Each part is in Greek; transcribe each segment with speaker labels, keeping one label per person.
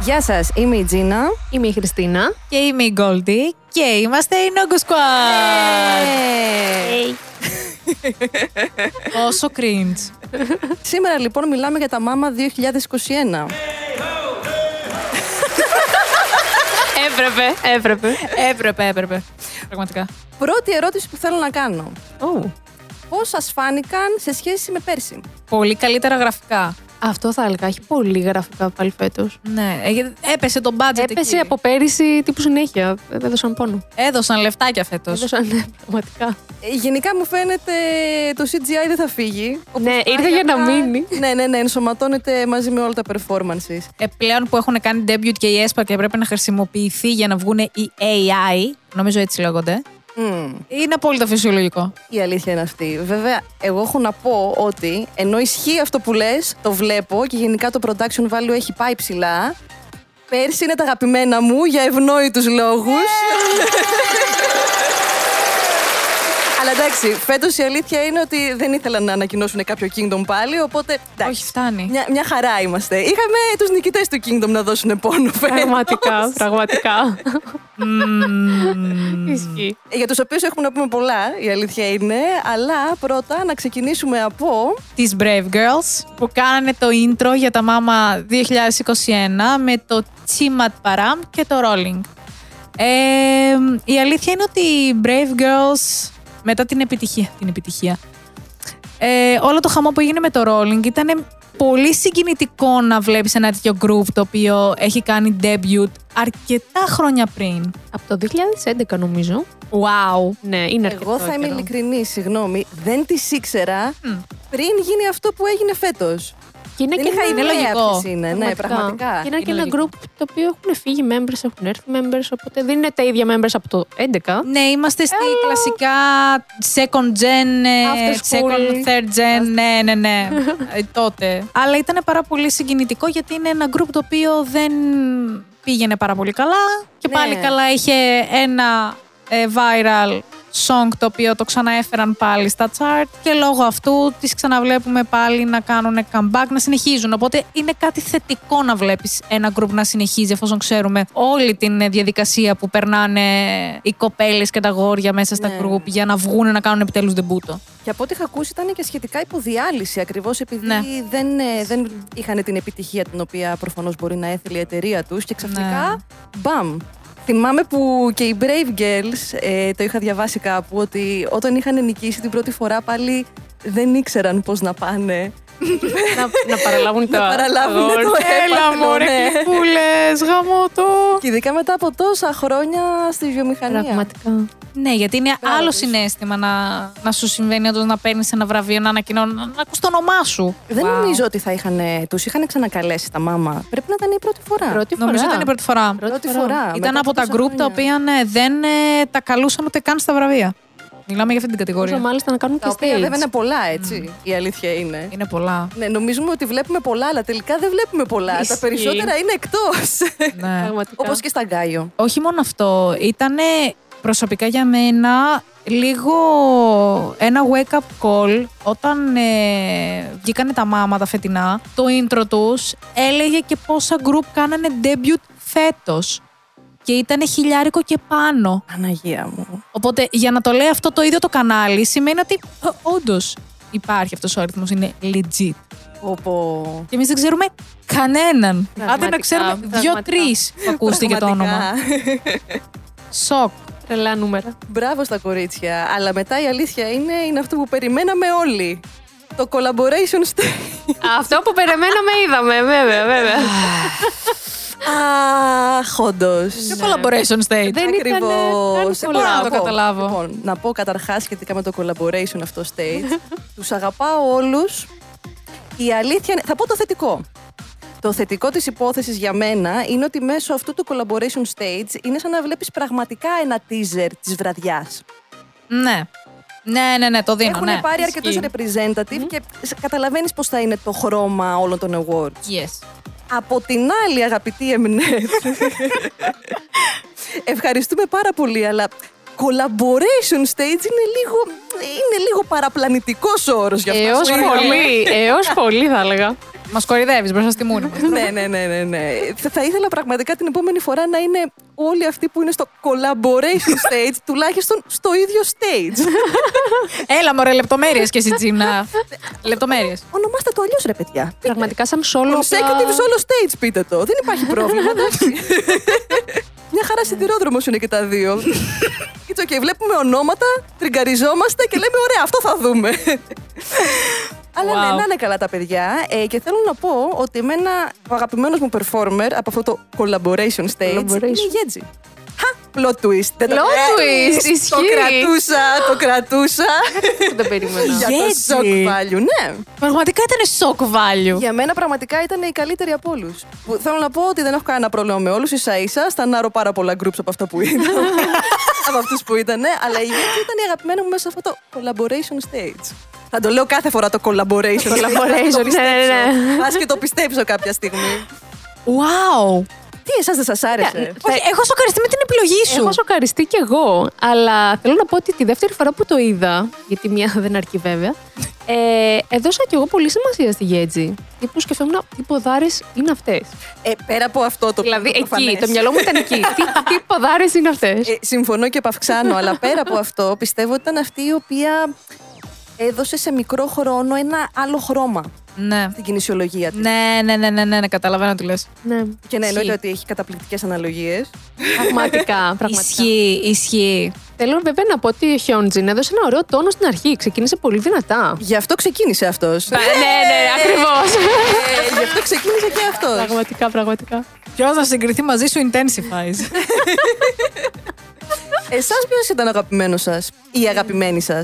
Speaker 1: Γεια σας, είμαι η Τζίνα.
Speaker 2: Είμαι η Χριστίνα.
Speaker 3: Και είμαι η Γκόλντι και είμαστε η Νόγκο Squad. Πόσο cringe.
Speaker 1: Σήμερα λοιπόν μιλάμε για τα μάμα 2021.
Speaker 2: Έπρεπε, έπρεπε.
Speaker 3: έπρεπε, έπρεπε. Πραγματικά.
Speaker 1: Πρώτη ερώτηση που θέλω να κάνω.
Speaker 2: Ου.
Speaker 1: Πώς σας φάνηκαν σε σχέση με πέρσι.
Speaker 3: Πολύ καλύτερα γραφικά.
Speaker 2: Αυτό θα έλεγα. Έχει πολύ γραφικά πάλι φέτος.
Speaker 3: Ναι, ε, γιατί έπεσε το budget
Speaker 2: Έπεσε
Speaker 3: εκεί.
Speaker 2: από πέρυσι τύπου συνέχεια. Ε, Έδωσαν πόνο.
Speaker 3: Έδωσαν λεφτάκια φέτος.
Speaker 2: Έδωσαν ναι, πραγματικά.
Speaker 1: Ε, Γενικά μου φαίνεται το CGI δεν θα φύγει.
Speaker 2: Ναι, ήρθε για να μείνει.
Speaker 1: ναι, ναι, ναι, ενσωματώνεται μαζί με όλα τα performances.
Speaker 3: Ε, πλέον που έχουν κάνει debut και η ΕΣΠΑ και πρέπει να χρησιμοποιηθεί για να βγουν οι AI, νομίζω έτσι λέγονται,
Speaker 1: Μμμ.
Speaker 3: είναι απόλυτα φυσιολογικό.
Speaker 1: Η αλήθεια είναι αυτή. Βέβαια, εγώ έχω να πω ότι ενώ ισχύει αυτό που λες, το βλέπω και γενικά το production value έχει πάει ψηλά. Πέρσι είναι τα αγαπημένα μου για ευνόητους λόγους. Αλλά εντάξει, φέτος η αλήθεια είναι ότι δεν ήθελαν να ανακοινώσουν κάποιο Kingdom πάλι, οπότε. εντάξει,
Speaker 3: Όχι, φτάνει.
Speaker 1: Μια, μια χαρά είμαστε. Είχαμε τους νικητές του Kingdom να δώσουν πόνο φέτος.
Speaker 2: Πραγματικά, πραγματικά. Ισχύει.
Speaker 1: Για τους οποίους έχουμε να πούμε πολλά, η αλήθεια είναι. Αλλά πρώτα να ξεκινήσουμε από
Speaker 3: Τις Brave Girls που κάνανε το intro για τα μάμα 2021 με το Chimat Param και το Rolling. Ε, η αλήθεια είναι ότι οι Brave Girls μετά την επιτυχία, την επιτυχία ε, όλο το χαμό που έγινε με το Rolling ήταν πολύ συγκινητικό να βλέπεις ένα τέτοιο group το οποίο έχει κάνει debut αρκετά χρόνια πριν.
Speaker 2: Από το 2011 νομίζω.
Speaker 3: Wow!
Speaker 2: Ναι, είναι αρκετό.
Speaker 1: Εγώ θα είμαι
Speaker 2: καιρό.
Speaker 1: ειλικρινή, συγγνώμη. Δεν τη ήξερα πριν γίνει αυτό που έγινε φέτος.
Speaker 2: Και είναι
Speaker 1: Δεν
Speaker 2: Ναι, και
Speaker 1: είχα
Speaker 2: ένα-
Speaker 1: ιδέα
Speaker 3: λογικό.
Speaker 1: ποιες είναι, ναι, πραγματικά.
Speaker 2: Και είναι, και
Speaker 3: Είναι
Speaker 2: ένα group το οποίο έχουν φύγει members, έχουν έρθει members, οπότε δεν είναι τα ίδια members από το 11.
Speaker 3: Ναι, είμαστε στη κλασικά second gen, ε,
Speaker 2: After school.
Speaker 3: second, third gen, ναι, ναι, ναι, ε, τότε. Αλλά ήταν πάρα πολύ συγκινητικό γιατί είναι ένα group το οποίο δεν πήγαινε πάρα πολύ καλά και
Speaker 1: Ναι.
Speaker 3: πάλι καλά είχε ένα ε, viral song το οποίο το ξαναέφεραν πάλι στα chart και λόγω αυτού τις ξαναβλέπουμε πάλι να κάνουν comeback, να συνεχίζουν. Οπότε είναι κάτι θετικό να βλέπεις ένα group να συνεχίζει εφόσον ξέρουμε όλη την ε, διαδικασία που περνάνε οι κοπέλες και τα γόρια μέσα στα
Speaker 1: Ναι.
Speaker 3: group για να βγουν να κάνουν επιτέλους δεμπούτο.
Speaker 1: Και από ό,τι είχα ακούσει ήταν και σχετικά υποδιάλυση, ακριβώς επειδή
Speaker 3: Ναι.
Speaker 1: δεν, ε, δεν είχαν την επιτυχία την οποία προφανώς μπορεί να έθελε η εταιρεία τους και ξαφνικά.
Speaker 2: Ναι.
Speaker 1: Μπαμ! Θυμάμαι που και οι Brave Girls, ε, το είχα διαβάσει κάπου, ότι όταν είχαν νικήσει την πρώτη φορά πάλι δεν ήξεραν πώς να πάνε.
Speaker 2: να, να παραλάβουν τα
Speaker 1: Να παραλάβουν το
Speaker 2: αγόρια.
Speaker 1: έπαθλο, ναι.
Speaker 3: Πούλες, γαμώ το!
Speaker 1: Και ειδικά μετά από τόσα χρόνια στη βιομηχανία.
Speaker 2: Πραγματικά.
Speaker 3: Ναι, γιατί είναι
Speaker 1: Μπράβο
Speaker 3: άλλο
Speaker 1: της.
Speaker 3: συνέστημα να, να σου συμβαίνει όντω να παίρνεις ένα βραβείο, να ανακοινώνει, να, να ακούς το όνομά σου.
Speaker 1: Δεν
Speaker 3: Wow.
Speaker 1: νομίζω ότι θα είχαν. Του είχαν ξανακαλέσει τα μάμα. Πρέπει να ήταν η πρώτη φορά.
Speaker 2: Πρώτη
Speaker 3: Νομίζω
Speaker 2: φορά.
Speaker 3: ήταν η πρώτη φορά.
Speaker 1: Πρώτη φορά.
Speaker 3: Ήταν
Speaker 1: μετά
Speaker 3: από τα group
Speaker 1: τόσα
Speaker 3: τα
Speaker 1: χρόνια.
Speaker 3: οποία ναι, δεν ε, τα καλούσαν ούτε καν στα βραβεία. Μιλάμε για αυτή την
Speaker 2: Μπορούσα
Speaker 3: κατηγορία.
Speaker 2: μάλιστα να κάνουν και
Speaker 1: Τα οποία
Speaker 2: stage.
Speaker 1: βέβαια είναι πολλά, έτσι. Η αλήθεια είναι.
Speaker 3: Είναι πολλά.
Speaker 1: Ναι, νομίζουμε ότι βλέπουμε πολλά, αλλά τελικά δεν βλέπουμε πολλά. Τα
Speaker 2: Ισχύει.
Speaker 1: περισσότερα είναι εκτός.
Speaker 3: ναι.
Speaker 2: Πραγματικά.
Speaker 1: Όπως και στα Γκάιο.
Speaker 3: Όχι μόνο αυτό, ήταν προσωπικά για μένα λίγο ένα wake-up call όταν ε, βγήκανε τα μάμα τα φετινά, το intro τους έλεγε και πόσα group κάνανε debut φέτος και ήταν χιλιάρικο και πάνω.
Speaker 1: Παναγία μου.
Speaker 3: Οπότε για να το λέει αυτό το ίδιο το κανάλι σημαίνει ότι ε, όντως υπάρχει αυτός ο αριθμός, είναι legit.
Speaker 1: Όπω.
Speaker 3: Και εμείς δεν ξέρουμε κανέναν. Άντε να
Speaker 2: Πραγματικά,
Speaker 3: ξέρουμε
Speaker 2: πραγματικά.
Speaker 3: δύο-τρει που ακούστηκε το όνομα. Σοκ.
Speaker 2: Τρελά νούμερα.
Speaker 1: Μπράβο στα κορίτσια. Αλλά μετά η αλήθεια είναι, είναι αυτό που περιμέναμε όλοι. Το collaboration stage.
Speaker 2: Αυτό που περιμέναμε είδαμε, βέβαια, βέβαια.
Speaker 1: Αχ, όντως.
Speaker 3: Ποιο collaboration stage.
Speaker 2: Δεν ήταν, ε,
Speaker 1: Ακριβώ.
Speaker 2: κάνει πολλά.
Speaker 3: να το καταλάβω.
Speaker 1: Λοιπόν, να πω καταρχάς σχετικά με το collaboration αυτό stage. Τους αγαπάω όλους. Η αλήθεια είναι. Θα πω το θετικό. Το θετικό της υπόθεσης για μένα είναι ότι μέσω αυτού του collaboration stage είναι σαν να βλέπεις πραγματικά ένα teaser της βραδιάς.
Speaker 3: Ναι. Ναι, ναι, ναι, το δίνω.
Speaker 1: Έχουν
Speaker 3: ναι.
Speaker 1: πάρει
Speaker 3: Ισχύει.
Speaker 1: αρκετούς representative και σ- καταλαβαίνεις πώς θα είναι το χρώμα όλων των awards.
Speaker 3: Yes.
Speaker 1: Από την άλλη, αγαπητή Εμνέτ, ευχαριστούμε πάρα πολύ, αλλά collaboration stage είναι λίγο, είναι λίγο παραπλανητικός ο όρος για αυτό.
Speaker 2: Έως πολύ, έως πολύ θα έλεγα.
Speaker 3: Μας κορυδεύεις μπροστά στη μούρη μας.
Speaker 1: ναι, ναι, ναι, ναι, ναι. Θα, θα ήθελα πραγματικά την επόμενη φορά να είναι όλοι αυτοί που είναι στο collaboration stage, τουλάχιστον στο ίδιο stage.
Speaker 3: Έλα, μωρέ, λεπτομέρειες και εσύ, Τζίμνα. λεπτομέρειες.
Speaker 1: Ονομάστε το αλλιώς, ρε παιδιά. Πείτε.
Speaker 2: Πραγματικά σαν solo. Ναι.
Speaker 1: Consecutive solo stage, πείτε το. Δεν υπάρχει πρόβλημα, εντάξει. Μια χαρά σιδηρόδρομος είναι και τα δύο. It's okay, βλέπουμε ονόματα, τριγκαριζόμαστε και λέμε ωραία, αυτό θα δούμε. Αλλά ναι,
Speaker 3: Wow.
Speaker 1: να είναι καλά τα παιδιά. Ε, και θέλω να πω ότι εμένα ο αγαπημένος μου performer από αυτό το collaboration stage
Speaker 2: Collaboration.
Speaker 1: είναι η Γέτζη. Χα! Plot twist. Δεν το-
Speaker 2: Plot
Speaker 1: Ε,
Speaker 2: twist,
Speaker 1: Το
Speaker 2: ισχύει.
Speaker 1: κρατούσα, το κρατούσα.
Speaker 2: Δεν το περίμενα.
Speaker 1: Για το
Speaker 3: Γέτζη.
Speaker 1: shock value, ναι.
Speaker 3: Πραγματικά ήταν shock value.
Speaker 1: Για μένα πραγματικά ήταν η καλύτερη από όλους. Θέλω να πω ότι δεν έχω κανένα πρόβλημα με όλους. σα ίσα στανάρω πάρα πολλά groups από αυτά που ήταν. από αυτούς που ήταν. Αλλά η Γιάννη ήταν η αγαπημένη μου μέσα σε αυτό το collaboration stage. Θα το λέω κάθε φορά το collaboration. stage,
Speaker 2: Collaboration,
Speaker 1: το πιστέψω.
Speaker 2: ναι, ναι,
Speaker 1: Ας και το πιστέψω κάποια στιγμή.
Speaker 3: Wow.
Speaker 1: Τι εσάς δεν σας
Speaker 2: Ναι.
Speaker 1: άρεσε.
Speaker 3: Όχι, έχω σοκαριστεί με την επιλογή σου.
Speaker 2: Έχω σοκαριστεί κι εγώ, αλλά θέλω να πω ότι τη δεύτερη φορά που το είδα, γιατί μία δεν αρκεί βέβαια, ε, έδωσα κι εγώ πολύ σημασία στη Γέτζη. Τύπου σκεφτόμουν, τι ποδάρες είναι αυτές.
Speaker 1: Ε, πέρα από αυτό το
Speaker 2: Δηλαδή εκεί,
Speaker 1: προφανές.
Speaker 2: το μυαλό μου ήταν εκεί. τι, τι ποδάρες είναι αυτές.
Speaker 1: Ε, συμφωνώ και επαυξάνω, αλλά πέρα από αυτό πιστεύω ότι ήταν αυτή η οποία έδωσε σε μικρό χρόνο ένα άλλο χρώμα
Speaker 3: Ναι.
Speaker 1: στην κινησιολογία της.
Speaker 3: Ναι, ναι, ναι, ναι, ναι, ναι, καταλαβαίνω τι λες.
Speaker 2: ναι,
Speaker 1: Και ναι, εννοείται
Speaker 2: Ισχύει.
Speaker 1: ότι έχει καταπληκτικές αναλογίες.
Speaker 2: Πραγματικά, πραγματικά.
Speaker 3: Ισχύει, ισχύει.
Speaker 2: Θέλω βέβαια να πω ότι ο Χιόντζιν έδωσε ένα ωραίο τόνο στην αρχή. Ξεκίνησε πολύ δυνατά.
Speaker 1: Γι' αυτό ξεκίνησε αυτός.
Speaker 2: ναι, ναι, ακριβώ.
Speaker 1: Γι' αυτό ξεκίνησε και αυτός.
Speaker 2: πραγματικά, πραγματικά.
Speaker 3: Ποιος να συγκριθεί μαζί σου intensifies.
Speaker 1: Εσάς ποιος ήταν ο αγαπημένος σας ή αγαπημένη σας.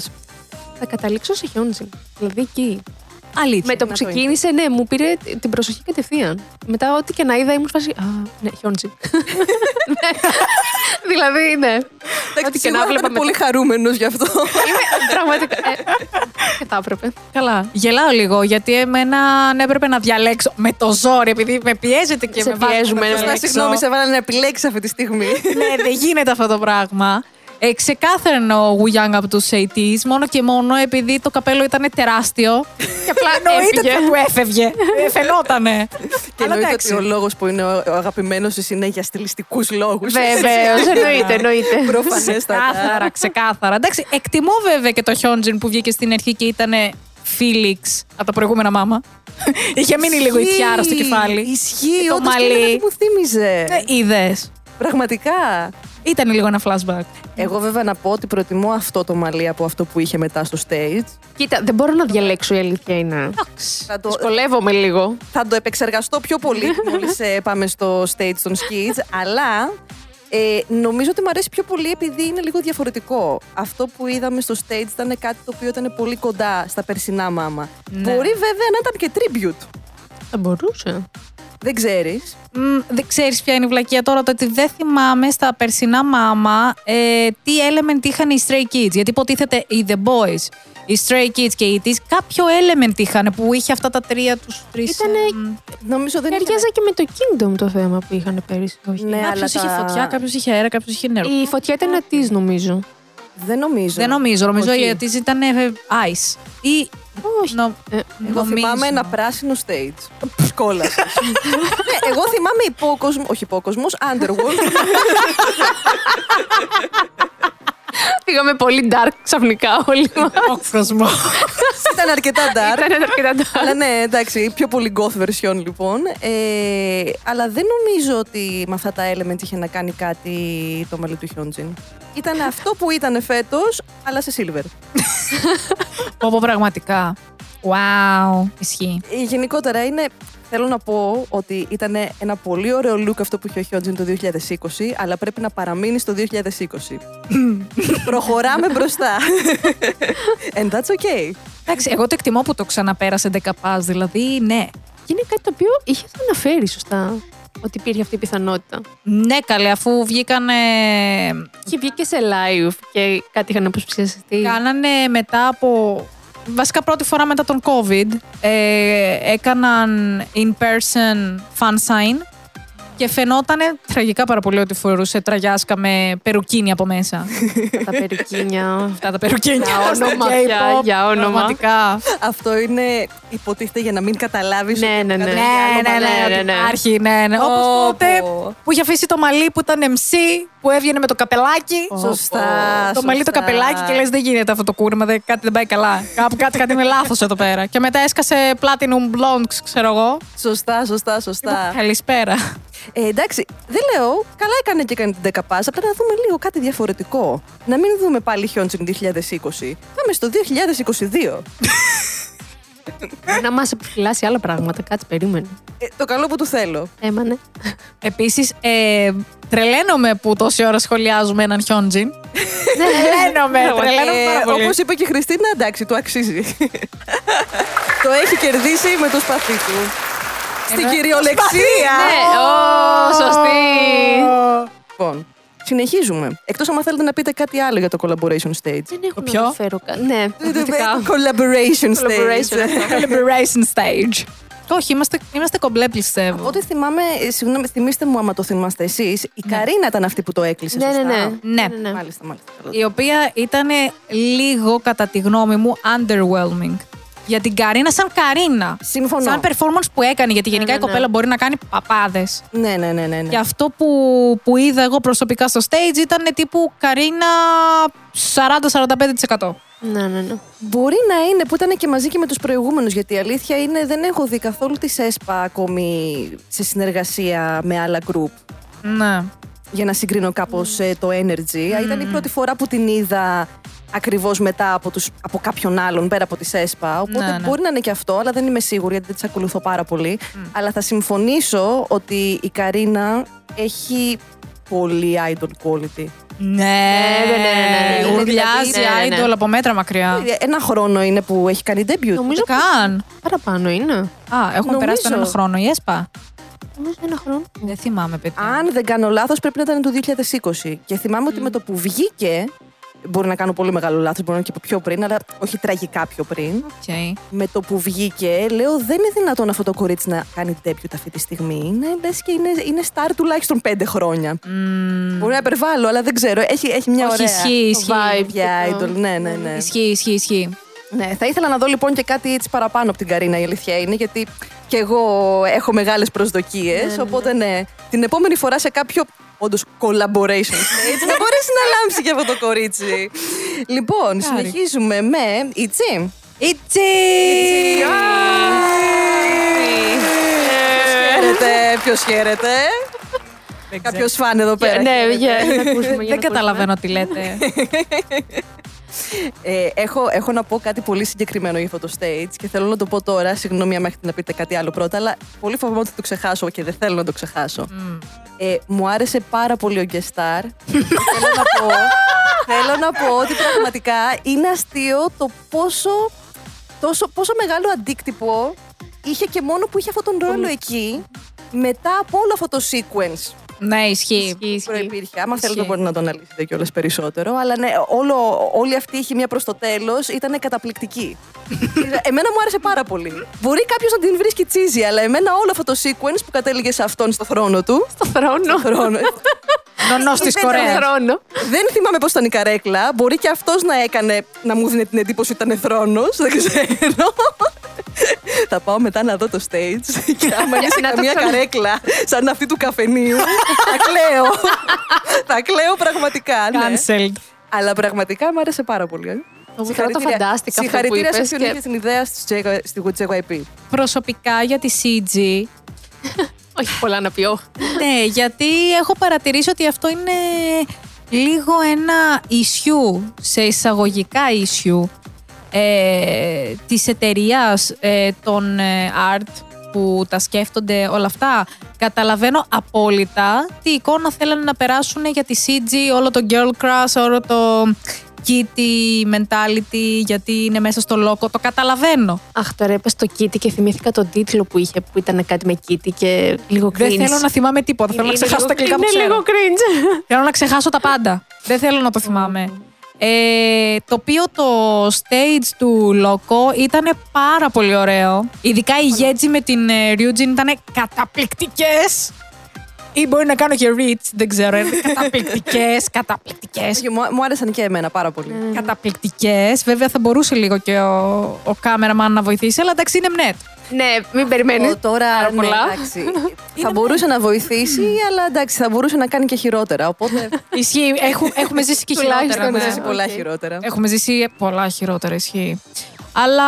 Speaker 2: Θα καταλήξω σε Χιόντζιν. Δηλαδή εκεί.
Speaker 3: Αλήθεια.
Speaker 2: Με το που
Speaker 1: να το είναι.
Speaker 2: ξεκίνησε, ναι, μου πήρε την προσοχή κατευθείαν. Μετά, ό,τι και να είδα, ήμουν φάση. Α, ναι, χιόντζι. Ναι. δηλαδή, ναι. Ό,τι και να βλέπα.
Speaker 1: Ήταν
Speaker 2: μετά-
Speaker 1: πολύ χαρούμενος γι' αυτό.
Speaker 2: Είμαι πραγματικά. ε, Και θα έπρεπε.
Speaker 3: Καλά. Γελάω λίγο, γιατί εμένα αν έπρεπε να διαλέξω με το ζόρι, επειδή με πιέζεται και
Speaker 2: Σε
Speaker 3: με βάζει
Speaker 2: πιέζουμε,
Speaker 3: να
Speaker 2: ναι.
Speaker 3: διαλέξω.
Speaker 1: Σωστά, συγγνώμη, σε βάλανε να επιλέξει αυτή τη στιγμή.
Speaker 3: ναι, δεν γίνεται αυτό το πράγμα. Ε, ξεκάθαρνο ο Wu Yang από τους 80s, μόνο και μόνο επειδή το καπέλο ήταν τεράστιο. Και απλά
Speaker 2: Έφυγε.
Speaker 3: εννοείται που έφευγε. Ε, Φαινότανε.
Speaker 1: και
Speaker 3: Αλλά
Speaker 1: εννοείται
Speaker 3: εντάξει.
Speaker 1: ότι ο λόγος που είναι ο αγαπημένο σα είναι για στιλιστικούς λόγους.
Speaker 2: Βεβαίως, εννοείται, εννοείται.
Speaker 1: Προφανέστατα.
Speaker 3: Ξεκάθαρα, ξεκάθαρα. Εντάξει, εκτιμώ βέβαια και το Χιόντζιν που βγήκε στην αρχή και ήταν Φίλιξ από τα προηγούμενα μάμα. Είχε μείνει λίγο η τιάρα στο κεφάλι.
Speaker 1: Ισχύει,
Speaker 3: Και το
Speaker 1: όντως
Speaker 3: μαλλί.
Speaker 1: που θύμιζε.
Speaker 3: Είδες.
Speaker 1: Πραγματικά.
Speaker 3: Ήταν Ε, λίγο ένα flashback.
Speaker 1: Εγώ βέβαια να πω ότι προτιμώ αυτό το μαλλί από αυτό που είχε μετά στο stage.
Speaker 2: Κοίτα, δεν μπορώ να διαλέξω η αλήθεια είναι.
Speaker 1: Θα το,
Speaker 2: Δυσκολεύομαι λίγο.
Speaker 1: θα το επεξεργαστώ πιο πολύ μόλις ε, πάμε στο stage των Skids, αλλά ε, νομίζω ότι μου αρέσει πιο πολύ επειδή είναι λίγο διαφορετικό. Αυτό που είδαμε στο stage ήταν κάτι το οποίο ήταν πολύ κοντά στα περσινά μάμα.
Speaker 3: Ναι.
Speaker 1: Μπορεί βέβαια να ήταν και tribute.
Speaker 2: Θα μπορούσε.
Speaker 1: Δεν ξέρεις.
Speaker 3: Μ, δεν ξέρεις ποια είναι η βλακεία τώρα, το ότι δεν θυμάμαι στα περσινά μάμα ε, τι element είχαν οι Stray Kids. Γιατί υποτίθεται οι The Boys, οι Stray Kids και οι Ts, κάποιο element είχαν που είχε αυτά τα τρία τους τρεις.
Speaker 2: Ήτανε-
Speaker 1: Νομίζω δεν είχε-
Speaker 2: Ταιριάζει και με το Kingdom το θέμα που είχαν πέρυσι. όχι.
Speaker 1: Ναι,
Speaker 3: Κάποιο
Speaker 1: αλλά
Speaker 3: ε, είχε
Speaker 1: τα-
Speaker 3: φωτιά, κάποιος είχε αέρα, κάποιος είχε νερό.
Speaker 2: Η φωτιά ήταν τη, νομίζω.
Speaker 1: Δεν νομίζω.
Speaker 3: Δεν νομίζω, νομίζω
Speaker 1: Όχι.
Speaker 3: οι Ts ήταν ε, ice. Ή.
Speaker 2: Όχι.
Speaker 3: νο-
Speaker 2: Ε,
Speaker 1: Εγώ
Speaker 3: νομίζω.
Speaker 1: θυμάμαι ένα πράσινο stage. Σκόλασες. ναι, εγώ θυμάμαι υπόκοσμο, όχι υπόκοσμος, underworld.
Speaker 2: Πήγαμε πολύ dark ξαφνικά όλοι μας.
Speaker 3: Κόσμο.
Speaker 1: Ήταν αρκετά dark.
Speaker 2: Ήταν αρκετά dark.
Speaker 1: Αλλά ναι, εντάξει, πιο πολύ goth version λοιπόν. Ε, αλλά δεν νομίζω ότι με αυτά τα element είχε να κάνει κάτι το μαλλί του Χιόντζιν. Ήταν αυτό που ήταν φέτος, αλλά σε silver.
Speaker 3: Όπω πραγματικά. Wow, ισχύει.
Speaker 1: Ε, Γενικότερα είναι, θέλω να πω ότι ήταν ένα πολύ ωραίο look αυτό που είχε ο Χιόντζιν το 2020, αλλά πρέπει να παραμείνει στο 2020. Προχωράμε μπροστά. And that's okay.
Speaker 3: Εντάξει, εγώ το εκτιμώ που το ξαναπέρασε δεκαπάς, δηλαδή ναι.
Speaker 2: Και είναι κάτι το οποίο είχε αναφέρει σωστά. Ότι υπήρχε αυτή η πιθανότητα.
Speaker 3: Ναι, καλέ, αφού βγήκανε.
Speaker 2: Και βγήκε σε live και κάτι είχαν αποσπιστεί.
Speaker 3: Ε, Κάνανε μετά από. Βασικά πρώτη φορά μετά τον COVID ε, έκαναν in person fan sign Και φαινόταν τραγικά πάρα πολύ ότι φορούσε τραγιάσκα με περουκίνη από μέσα.
Speaker 2: τα περικίνια.
Speaker 3: Αυτά τα περουκίνια.
Speaker 2: Για
Speaker 3: στο
Speaker 2: όνομα
Speaker 3: K-pop,
Speaker 2: πια, για όνομα.
Speaker 3: Πραγματικά.
Speaker 1: Αυτό είναι υποτίθεται για να μην καταλάβεις.
Speaker 2: Ναι, ναι, ναι.
Speaker 3: Ναι, ναι, ναι, ναι, ναι. Άρχι, ναι, ναι. Όπως τότε
Speaker 1: Όπου.
Speaker 3: που είχε αφήσει το μαλλί που ήταν MC, που έβγαινε με το καπελάκι.
Speaker 1: Σωστά.
Speaker 3: Το μαλλί το
Speaker 1: σωστά.
Speaker 3: καπελάκι και λες: Δεν γίνεται αυτό το κούρεμα, δεν, κάτι δεν πάει καλά. Κάπου κάτι, κάτι είναι λάθος εδώ πέρα. Και μετά έσκασε platinum blondes, ξέρω εγώ.
Speaker 1: Σωστά, σωστά,
Speaker 2: Λοιπόν,
Speaker 1: σωστά.
Speaker 3: Καλησπέρα.
Speaker 1: Ε, εντάξει, δεν λέω. Καλά έκανε και έκανε την Τεκαπά. Απλά να δούμε λίγο κάτι διαφορετικό. Να μην δούμε πάλι Χιόντσινγκ 2020. Πάμε στο 2022.
Speaker 2: να μας επιφυλάσσει άλλα πράγματα. Κάτσε, περίμενε.
Speaker 1: Ε, το καλό που του θέλω.
Speaker 2: Έμανε.
Speaker 3: Επίσης, ε, τρελαίνομαι που τόση ώρα σχολιάζουμε έναν Χιόντζιν. τρελαίνομαι, τρελαίνομαι πάρα πολύ.
Speaker 1: Όπως Ε, είπε και η Χριστίνα, εντάξει, του αξίζει. το έχει κερδίσει με το σπαθί του. Στην κυριολεξία.
Speaker 3: Ε,
Speaker 2: ναι, ω, σωστή.
Speaker 1: Λοιπόν, συνεχίζουμε. Εκτός αν θέλετε να πείτε κάτι άλλο για το collaboration stage.
Speaker 2: Δεν έχω
Speaker 3: ποιο?
Speaker 2: να αναφέρω κάτι. Ναι, πραγματικά.
Speaker 1: Collaboration
Speaker 2: Collaboration,
Speaker 1: stage.
Speaker 3: Celebration stage. Όχι, είμαστε, είμαστε κομπλέ, πιστεύω.
Speaker 1: Ό,τι θυμάμαι, ε, συγγνώμη, θυμήστε μου άμα το θυμάστε εσείς, η Καρίνα ήταν αυτή που το έκλεισε.
Speaker 2: Ναι, ναι,
Speaker 1: σωστά.
Speaker 2: ναι.
Speaker 3: Ναι.
Speaker 2: ναι.
Speaker 1: Μάλιστα, μάλιστα. Καλά.
Speaker 3: η οποία ήταν λίγο, κατά τη γνώμη μου, underwhelming. Για την Καρίνα, σαν Καρίνα.
Speaker 1: Συμφωνώ.
Speaker 3: Σαν performance που έκανε,
Speaker 2: Ναι,
Speaker 3: γιατί γενικά η κοπέλα μπορεί να κάνει παπάδες.
Speaker 1: Ναι, ναι, ναι, ναι. ναι.
Speaker 3: Και αυτό που, που είδα εγώ προσωπικά στο stage ήταν τύπου Καρίνα 40-45%.
Speaker 2: Ναι, ναι, ναι.
Speaker 1: Μπορεί να είναι που ήταν και μαζί και με τους προηγούμενους, γιατί η αλήθεια είναι δεν έχω δει καθόλου τη ΣΕΣΠΑ ακόμη σε συνεργασία με άλλα group.
Speaker 3: Ναι.
Speaker 1: Για να συγκρίνω κάπως το energy. Ήταν η πρώτη φορά που την είδα ακριβώς μετά από, τους, από κάποιον άλλον, πέρα από τη ΣΕΣΠΑ. Οπότε
Speaker 3: Ναι, ναι.
Speaker 1: μπορεί να είναι και αυτό, αλλά δεν είμαι σίγουρη γιατί δεν τις ακολουθώ πάρα πολύ. Αλλά θα συμφωνήσω ότι η Καρίνα έχει πολύ idol quality.
Speaker 3: Ναι,
Speaker 2: ναι, ναι, ναι.
Speaker 3: Ουρλιάζει
Speaker 2: Ναι, ναι, ναι.
Speaker 3: idol από μέτρα μακριά.
Speaker 1: Ένα χρόνο είναι που έχει κάνει debut.
Speaker 2: Νομίζω
Speaker 3: Ούτε καν.
Speaker 2: παραπάνω είναι.
Speaker 3: Α, έχουν
Speaker 1: Νομίζω.
Speaker 3: περάσει τον ένα χρόνο η ΕΣΠΑ.
Speaker 2: Νομίζω ένα χρόνο.
Speaker 3: Δεν θυμάμαι, παιδιά.
Speaker 1: Αν δεν κάνω λάθος, πρέπει να ήταν το 2020. Και θυμάμαι ότι με το που βγήκε. Μπορεί να κάνω πολύ μεγάλο λάθος, μπορεί να είναι και πιο πριν, αλλά όχι τραγικά πιο πριν.
Speaker 3: Okay.
Speaker 1: Με το που βγήκε, λέω: Δεν είναι δυνατόν αυτό το κορίτσι να κάνει debut αυτή τη στιγμή. Είναι λες και είναι, είναι star τουλάχιστον πέντε χρόνια. Μπορεί να υπερβάλλω, αλλά δεν ξέρω. Έχει, έχει μια
Speaker 3: Όχι,
Speaker 1: ωραία.
Speaker 3: ισχύει, ισχύει.
Speaker 1: vibe για idol. Ναι, ναι, ναι.
Speaker 3: Ισχύει, ισχύει, ισχύει.
Speaker 1: Ναι, θα ήθελα να δω λοιπόν και κάτι έτσι παραπάνω από την Καρίνα, η αλήθεια είναι, γιατί και εγώ έχω μεγάλες προσδοκίες. Οπότε ναι, την επόμενη φορά σε κάποιο όντως collaboration stage να μπορέσει να λάμψει και αυτό το κορίτσι. λοιπόν, συνεχίζουμε με η Τζιμ.
Speaker 3: Ιτσι!
Speaker 1: Χαίρετε, ποιο χαίρετε. Κάποιος φαν εδώ πέρα.
Speaker 3: Ε,
Speaker 2: Ναι, για να ακούσουμε. για
Speaker 3: Δεν
Speaker 2: να
Speaker 3: καταλαβαίνω τι λέτε.
Speaker 1: Ε, έχω, έχω να πω κάτι πολύ συγκεκριμένο για αυτό το stage και θέλω να το πω τώρα. Συγγνώμη αν έχετε να πείτε κάτι άλλο πρώτα, αλλά πολύ φοβάμαι ότι το ξεχάσω και δεν θέλω να το ξεχάσω. Ε, μου άρεσε πάρα πολύ ο Γκεστάρ. θέλω, να πω, θέλω να πω ότι πραγματικά είναι αστείο το πόσο, τόσο, πόσο μεγάλο αντίκτυπο είχε και μόνο που είχε αυτόν τον ρόλο εκεί μετά από όλο αυτό το sequence
Speaker 3: ναι, ισχύει.
Speaker 2: ακούσουμε. Ισχύει, ισχύει.
Speaker 1: προπήρχε. Άμα θέλετε, μπορείτε να το αναλύσετε κιόλας περισσότερο. Αλλά ναι, όλο, όλη αυτή η χημεία προς το τέλος ήταν καταπληκτική. εμένα μου άρεσε πάρα πολύ. Μπορεί κάποιος να την βρίσκει τσίζη, αλλά εμένα όλο αυτό το sequence που κατέληγε σε αυτόν στο θρόνο του.
Speaker 2: Το θρόνο.
Speaker 1: θρόνο.
Speaker 3: Νονός της
Speaker 1: Δεν
Speaker 2: Το
Speaker 3: Κορέας.
Speaker 2: θρόνο.
Speaker 1: δεν θυμάμαι πώς ήταν η καρέκλα. Μπορεί και αυτός να έκανε να μου δίνει την εντύπωση ότι ήταν θρόνος. Δεν ξέρω. Θα πάω μετά να δω το stage και άμα είναι σε
Speaker 2: Να το
Speaker 1: καμία
Speaker 2: ξανα-
Speaker 1: καρέκλα σαν αυτή του καφενείου, θα κλαίω. θα κλαίω πραγματικά. ναι.
Speaker 3: Cancelled.
Speaker 1: Αλλά πραγματικά μου άρεσε πάρα πολύ. ε.
Speaker 2: τώρα το φαντάστηκα αυτό που
Speaker 1: Συγχαρητήρια σε
Speaker 2: είπες
Speaker 1: όποιον
Speaker 2: και-
Speaker 1: είχε την ιδέα στους JY στη JYP.
Speaker 3: Προσωπικά για τη CG.
Speaker 2: Όχι πολλά να πει. όχι.
Speaker 3: ναι, γιατί έχω παρατηρήσει ότι αυτό είναι λίγο ένα issue, σε εισαγωγικά issue, ε, της εταιρείας ε, των ε, art που τα σκέφτονται όλα αυτά. Καταλαβαίνω απόλυτα τι εικόνα θέλανε να περάσουν για τη CG, όλο το girl crush, όλο το kitty mentality, γιατί είναι μέσα στο λόκο. Το καταλαβαίνω.
Speaker 2: Αχ, τώρα είπα στο Kitty και θυμήθηκα τον τίτλο που είχε που ήταν κάτι με Kitty και λίγο cringe.
Speaker 3: Δεν θέλω να θυμάμαι τίποτα. Θέλω να
Speaker 2: Είναι
Speaker 3: ξεχάσω
Speaker 2: λίγο-
Speaker 3: τα αγγλικά που
Speaker 2: Είναι
Speaker 3: ξέρω.
Speaker 2: λίγο cringe.
Speaker 3: Θέλω να ξεχάσω τα πάντα. Δεν θέλω να το θυμάμαι. Ε, το οποίο το stage του Λόκο ήταν πάρα πολύ ωραίο. Ειδικά η Γέτζη με την ε, Ryujin ήταν καταπληκτικές. Ή μπορεί να κάνω και reads, δεν ξέρω. Είναι καταπληκτικές, καταπληκτικές.
Speaker 1: Όχι, Μου, μου άρεσαν και εμένα πάρα
Speaker 2: Ναι.
Speaker 1: πολύ.
Speaker 3: Καταπληκτικές. Βέβαια θα μπορούσε λίγο και ο, ο κάμεραμαν να βοηθήσει, αλλά εντάξει είναι μνέτ.
Speaker 2: Ναι, μην περιμένεις.
Speaker 1: Ο- τώρα ναι,
Speaker 2: πολλά. ναι.
Speaker 1: εντάξει. θα μπορούσε να βοηθήσει, αλλά εντάξει, θα μπορούσε να κάνει και χειρότερα. Οπότε
Speaker 3: Ισχύει, έχουμε, έχουμε ζήσει και χειρότερα.
Speaker 2: Τουλάχιστον,
Speaker 3: ναι.
Speaker 1: έχουμε
Speaker 2: ναι.
Speaker 1: ζήσει πολλά
Speaker 2: οκ.
Speaker 1: χειρότερα.
Speaker 3: Έχουμε ζήσει πολλά χειρότερα, ισχύει. Αλλά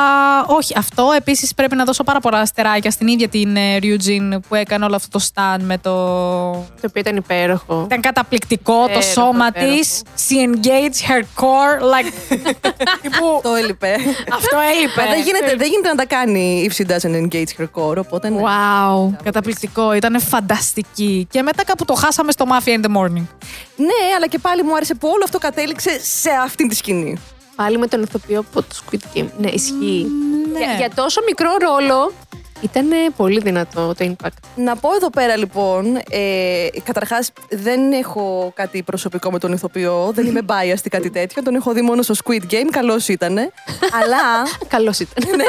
Speaker 3: όχι, αυτό επίσης πρέπει να δώσω πάρα πολλά αστεράκια στην ίδια την ε, Ryujin που έκανε όλο αυτό το stand με το.
Speaker 2: Το οποίο ήταν υπέροχο.
Speaker 3: Ήταν καταπληκτικό το
Speaker 2: Υπέροχο,
Speaker 3: σώμα τη.
Speaker 2: υπέροχο.
Speaker 3: She engaged her core. Like. τύπου,
Speaker 1: Το έλειπε.
Speaker 2: ναι,
Speaker 3: αυτό
Speaker 1: Μα δεν
Speaker 3: έλειπε.
Speaker 1: γίνεται, δεν γίνεται να τα κάνει if she doesn't engage her core, οπότε ναι.
Speaker 2: Wow.
Speaker 3: Καταπληκτικό, ήταν φανταστική. Και μετά κάπου το χάσαμε στο Mafia in the Morning.
Speaker 1: Ναι, αλλά και πάλι μου άρεσε που όλο αυτό κατέληξε σε αυτήν τη σκηνή.
Speaker 2: Πάλι με τον ηθοποιό από το Squid Game. Ναι, ισχύει.
Speaker 3: ναι.
Speaker 2: Για, για τόσο μικρό ρόλο ήταν πολύ δυνατό το impact.
Speaker 1: Να πω εδώ πέρα λοιπόν, ε, καταρχάς δεν έχω κάτι προσωπικό με τον ηθοποιό, δεν είμαι biased ή κάτι τέτοιο, τον έχω δει μόνο στο Squid Game, καλός ήτανε, αλλά,
Speaker 2: Καλός ήταν.
Speaker 1: ναι,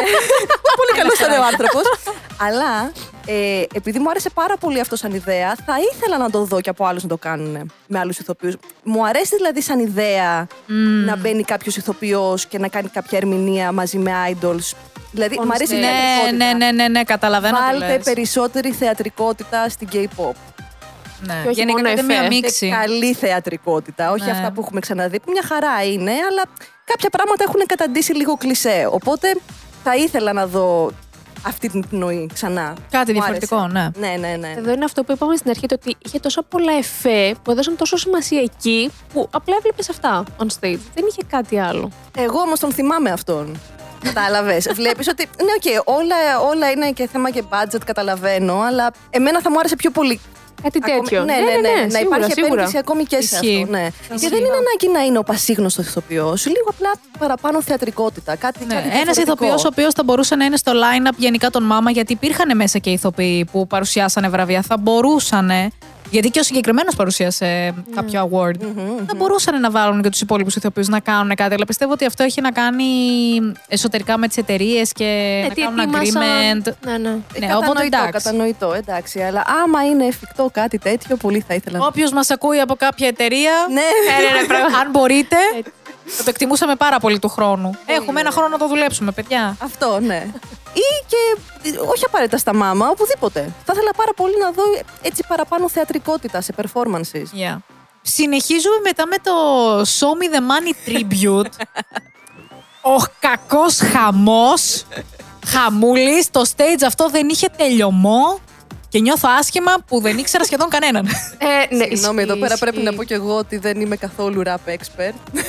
Speaker 1: πολύ καλός ήταν ο άνθρωπος, αλλά ε, επειδή μου άρεσε πάρα πολύ αυτό σαν ιδέα, θα ήθελα να το δω και από άλλους να το κάνουν με άλλους ηθοποιούς. Μου αρέσει δηλαδή σαν ιδέα να μπαίνει κάποιος ηθοποιός και να κάνει κάποια ερμηνεία μαζί με idols. Δηλαδή, μου
Speaker 2: Ε,
Speaker 1: αρέσει η
Speaker 3: Ναι,
Speaker 1: θεατρικότητα.
Speaker 3: ναι, ναι, ναι, ναι, καταλαβαίνω. τι
Speaker 1: Βάλτε
Speaker 3: λες.
Speaker 1: περισσότερη θεατρικότητα στην K-pop.
Speaker 3: Ναι.
Speaker 2: Και όχι μόνο
Speaker 3: ήταν μια
Speaker 2: εφέ.
Speaker 3: μίξη.
Speaker 1: Καλή θεατρικότητα, όχι
Speaker 3: Ναι.
Speaker 1: αυτά που έχουμε ξαναδεί, που μια χαρά είναι, αλλά κάποια πράγματα έχουν καταντήσει λίγο κλισέ. Οπότε θα ήθελα να δω αυτή την πνοή ξανά.
Speaker 3: Κάτι
Speaker 1: Μου
Speaker 3: διαφορετικό,
Speaker 1: άρεσε.
Speaker 3: ναι.
Speaker 1: Ναι, ναι, ναι.
Speaker 2: Εδώ είναι αυτό που είπαμε στην αρχή, το ότι είχε τόσα πολλά εφέ που έδωσαν τόσο σημασία εκεί που απλά έβλεπες αυτά on stage. Δεν είχε κάτι άλλο.
Speaker 1: Εγώ όμως τον θυμάμαι αυτόν. Κατάλαβες. Βλέπεις ότι. Ναι, οκ, όλα, όλα είναι και θέμα και budget, καταλαβαίνω, αλλά εμένα θα μου άρεσε πιο πολύ
Speaker 2: Κάτι
Speaker 1: Ακόμη-
Speaker 2: τέτοιο.
Speaker 1: Ναι, ναι, ναι. να
Speaker 2: σίγουρα,
Speaker 1: υπάρχει
Speaker 2: σίγουρα.
Speaker 1: επένδυση ακόμη και σε
Speaker 3: Ισχύει.
Speaker 1: αυτό. Ναι. Και δεν είναι ανάγκη να είναι ο πασίγνωστος ηθοποιός. Λίγο απλά παραπάνω θεατρικότητα. Κάτι,
Speaker 3: Ναι,
Speaker 1: κάτι
Speaker 3: ένας
Speaker 1: διαφορετικό.
Speaker 3: ηθοποιός ο οποίος θα μπορούσε να είναι στο line-up γενικά των μάμα, γιατί υπήρχαν μέσα και ηθοποιοί που παρουσιάσανε βραβεία. Θα μπορούσαν. Γιατί και ο συγκεκριμένος παρουσίασε
Speaker 1: Ναι.
Speaker 3: κάποιο award. Θα μπορούσαν να βάλουν και τους υπόλοιπους ηθοποιούς να κάνουν κάτι. Αλλά πιστεύω ότι αυτό έχει να κάνει εσωτερικά με τις εταιρείες και
Speaker 1: Ναι,
Speaker 2: Ε,
Speaker 3: να
Speaker 2: τι
Speaker 3: κάνουν
Speaker 2: ετοίμασαν.
Speaker 3: agreement.
Speaker 2: Ναι, ναι.
Speaker 1: Ε,
Speaker 3: Ναι,
Speaker 1: κατανοητό,
Speaker 3: οπότε εντάξει.
Speaker 1: κατανοητό, εντάξει. Αλλά άμα είναι εφικτό κάτι τέτοιο, πολύ θα ήθελα. να-
Speaker 3: Όποιος μας ακούει από κάποια εταιρεία. Ε,
Speaker 1: Ναι,
Speaker 3: αν μπορείτε. Θα το εκτιμούσαμε πάρα πολύ του χρόνου. Έχουμε ένα χρόνο να το δουλέψουμε, παιδιά.
Speaker 1: αυτό, ναι. Ή και ε, όχι απαραίτητα στα μάμα, οπουδήποτε. Θα ήθελα πάρα πολύ να δω ε, έτσι παραπάνω θεατρικότητα σε performances.
Speaker 3: Yeah. Συνεχίζουμε μετά με το Show Me The Money Tribute. Ο κακός χαμός, χαμούλης, το stage αυτό δεν είχε τελειωμό και νιώθω άσχημα που δεν ήξερα σχεδόν κανέναν.
Speaker 2: Ε, ναι,
Speaker 1: Συγγνώμη,
Speaker 2: ισχύει,
Speaker 1: εδώ πέρα πρέπει
Speaker 2: ισχύει.
Speaker 1: να πω και εγώ ότι δεν είμαι καθόλου rap expert.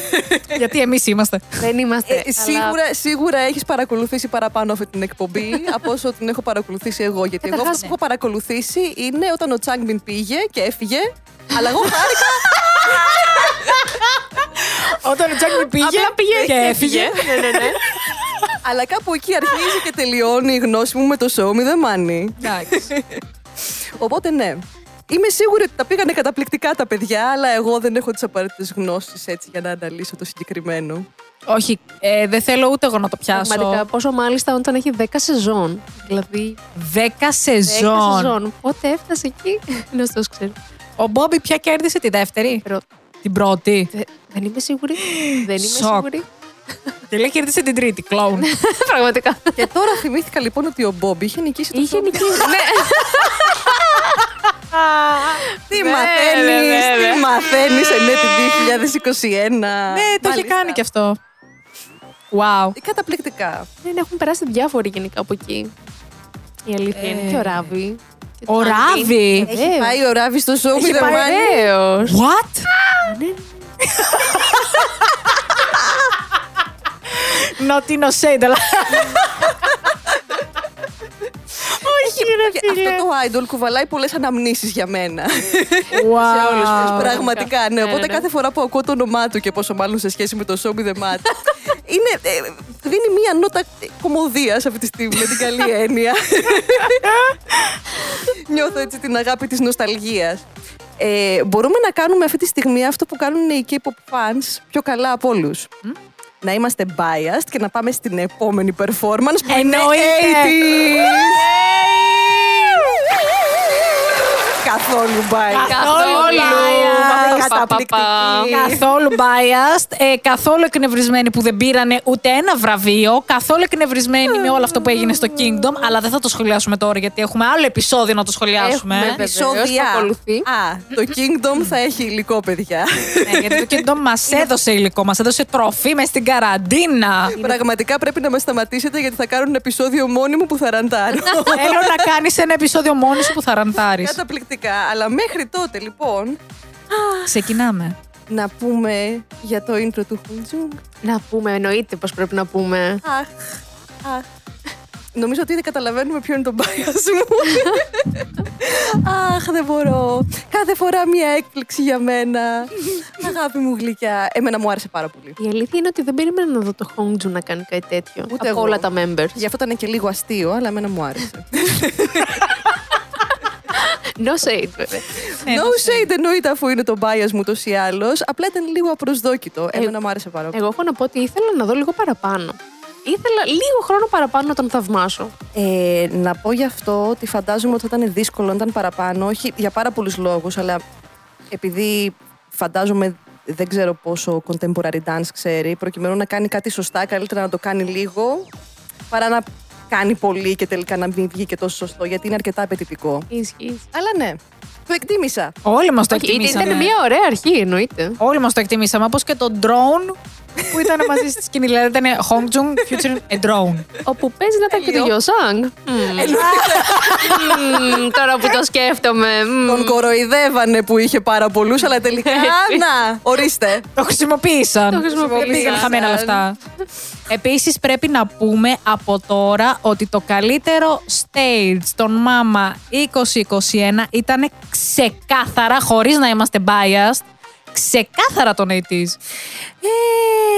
Speaker 3: Γιατί εμείς είμαστε.
Speaker 2: Δεν είμαστε.
Speaker 1: Ε,
Speaker 2: αλλά-
Speaker 1: σίγουρα, σίγουρα έχεις παρακολουθήσει παραπάνω αυτή την εκπομπή από όσο την έχω παρακολουθήσει εγώ.
Speaker 2: Ε,
Speaker 1: Γιατί εγώ αυτό που έχω παρακολουθήσει είναι όταν ο Τσάνγκμιν πήγε και έφυγε. Αλλά εγώ χάρηκα.
Speaker 3: Όταν ο Τζάκμιν πήγε,
Speaker 2: Απλά πήγε
Speaker 3: και έφυγε.
Speaker 2: ναι, ναι, ναι.
Speaker 1: αλλά κάπου εκεί αρχίζει και τελειώνει η γνώση μου με το show me the money.
Speaker 3: Εντάξει.
Speaker 1: Οπότε ναι. Είμαι σίγουρη ότι τα πήγανε καταπληκτικά τα παιδιά, αλλά εγώ δεν έχω τις απαραίτητες γνώσεις έτσι για να αναλύσω το συγκεκριμένο.
Speaker 3: Όχι, ε, δεν θέλω ούτε εγώ να το
Speaker 2: Πραγματικά,
Speaker 3: πιάσω.
Speaker 2: πόσο μάλιστα όταν έχει 10 σεζόν. Δηλαδή,
Speaker 3: 10
Speaker 2: 10
Speaker 3: σεζόν.
Speaker 2: σεζόν. Πότε έφτασε εκεί, να το ξέρει.
Speaker 3: Ο Μπόμπι πια κέρδισε τη δεύτερη.
Speaker 2: Ρω-
Speaker 3: Την πρώτη.
Speaker 2: Δε- Δεν είμαι σίγουρη. Δεν είμαι
Speaker 3: Σοκ.
Speaker 2: σίγουρη.
Speaker 3: Και λέει κέρδισε την τρίτη. Κλόουν.
Speaker 2: Πραγματικά.
Speaker 1: και τώρα θυμήθηκα λοιπόν ότι ο Μπόμπι είχε νικήσει το
Speaker 2: Είχε
Speaker 1: show me the
Speaker 2: νικήσει. ναι,
Speaker 1: Τι
Speaker 2: Ναι,
Speaker 1: μαθαίνει,
Speaker 2: ναι, ναι.
Speaker 1: τι ε, μαθαίνει
Speaker 2: Ε.
Speaker 1: εν έτη
Speaker 3: Ναι,
Speaker 1: 2021.
Speaker 3: το είχε
Speaker 1: Μάλιστα.
Speaker 3: κάνει κι αυτό. Wow.
Speaker 1: Καταπληκτικά.
Speaker 2: δεν έχουν περάσει διάφοροι γενικά από εκεί. Η αλήθεια είναι. Και ο Ράβι. Ε, και το
Speaker 3: Ο
Speaker 2: Άντι.
Speaker 3: Ράβι.
Speaker 2: Έχει
Speaker 1: Έχει πάει ο Ράβη στο show με
Speaker 2: Ε. Έχει πάει ωραίος.
Speaker 3: What?
Speaker 2: Ναι.
Speaker 3: Not innocent, αλλά
Speaker 2: Όχι, ε, ρε φίλε.
Speaker 1: Αυτό το idol κουβαλάει πολλές αναμνήσεις για μένα.
Speaker 3: Wow.
Speaker 1: Πραγματικά, ναι.
Speaker 2: Ναι, ναι,
Speaker 1: Οπότε
Speaker 2: ναι.
Speaker 1: κάθε φορά που ακούω το όνομά του και πόσο μάλλον σε σχέση με το show me the mat. Είναι, ε, δίνει μία νότα κομμωδίας αυτή τη στιγμή, με την καλή έννοια. Νιώθω έτσι την αγάπη της νοσταλγίας. Ε, μπορούμε να κάνουμε αυτή τη στιγμή αυτό που κάνουν οι K-pop fans πιο καλά από όλους. Να είμαστε biased και να πάμε στην επόμενη performance που είναι
Speaker 3: Εννοείται.
Speaker 1: 80s. καθόλου biased.
Speaker 3: Καθόλου.
Speaker 1: Είμαστε
Speaker 2: Πα, πα, πα.
Speaker 1: καταπληκτικοί.
Speaker 3: Καθόλου biased, ε, καθόλου εκνευρισμένοι που δεν πήρανε ούτε ένα βραβείο, καθόλου εκνευρισμένοι με όλο αυτό που έγινε στο Kingdom, αλλά δεν θα το σχολιάσουμε τώρα γιατί έχουμε άλλο επεισόδιο να το σχολιάσουμε.
Speaker 2: Έχουμε, βέβαια. Βεβαίως,
Speaker 1: Επεισόδια.
Speaker 2: θα ακολουθεί.
Speaker 1: Α, το Kingdom θα έχει υλικό, παιδιά.
Speaker 3: Ναι, γιατί το Kingdom μας έδωσε υλικό, μας έδωσε τροφή μες στην καραντίνα.
Speaker 1: Πραγματικά πρέπει να με σταματήσετε γιατί θα κάνουν επεισόδιο μόνιμο που θα ραντάρω.
Speaker 3: Θέλω να κάνεις ένα επεισόδιο μόνη σου που θα ραντάρεις.
Speaker 1: Καταπληκτικά. Αλλά μέχρι τότε, λοιπόν,
Speaker 3: Ξεκινάμε.
Speaker 1: να πούμε για το intro του Χουντζούγκ.
Speaker 2: Να πούμε, εννοείται πως πρέπει να πούμε.
Speaker 1: Αχ, αχ. Νομίζω ότι ήδη καταλαβαίνουμε ποιο είναι το bias μου. αχ, δεν μπορώ. Κάθε φορά μια έκπληξη για μένα. Αγάπη μου γλυκιά. Εμένα μου άρεσε πάρα πολύ.
Speaker 2: Η αλήθεια είναι ότι δεν περίμενα να δω το Χόντζου να κάνει κάτι τέτοιο.
Speaker 1: Ούτε
Speaker 2: από
Speaker 1: εγώ.
Speaker 2: όλα τα members.
Speaker 1: Γι' αυτό ήταν και λίγο αστείο, αλλά εμένα μου άρεσε.
Speaker 2: No shade, βέβαια.
Speaker 1: no shade Ε, εννοείται αφού είναι το bias μου τόσο ή άλλω. Απλά ήταν λίγο απροσδόκητο. Εμένα μου άρεσε πάρα πολύ.
Speaker 2: Εγώ έχω να πω ότι ήθελα να δω λίγο παραπάνω. Ήθελα λίγο χρόνο παραπάνω να τον θαυμάσω.
Speaker 1: Ε, να πω γι' αυτό ότι φαντάζομαι ότι θα ήταν δύσκολο, να ήταν παραπάνω, όχι για πάρα πολλούς λόγους, αλλά επειδή φαντάζομαι δεν ξέρω πόσο contemporary dance ξέρει, προκειμένου να κάνει κάτι σωστά, καλύτερα να το κάνει λίγο παρά να κάνει πολύ και τελικά να μην βγει και τόσο σωστό, γιατί είναι αρκετά απαιτητικό.
Speaker 2: Ισχύει.
Speaker 1: Αλλά ναι, το εκτίμησα.
Speaker 3: Όλοι μας το
Speaker 2: Ήταν
Speaker 3: εκτιμήσαμε.
Speaker 2: μια ωραία αρχή, εννοείται.
Speaker 3: Όλοι μας το εκτιμήσαμε. Όπως και το drone που ήταν μαζί στη σκηνή. Δηλαδή ήταν Hongjung featuring a drone.
Speaker 2: Όπου παίζει να ήταν και το
Speaker 1: Τέλειο.
Speaker 2: Γιωσάνγκ. Μμμ. Μμμ, Τώρα που το σκέφτομαι. μμμ.
Speaker 1: Τον κοροϊδεύανε που είχε πάρα πολλούς, αλλά τελικά. να, ορίστε.
Speaker 3: Το χρησιμοποίησαν.
Speaker 2: Το χρησιμοποίησαν.
Speaker 3: Δεν πήγαν χαμένα λεφτά. Επίσης, πρέπει να πούμε από τώρα ότι το καλύτερο stage των Μάμα 2021 ήταν ξεκάθαρα, χωρίς να είμαστε biased, ξεκάθαρα τον 80s.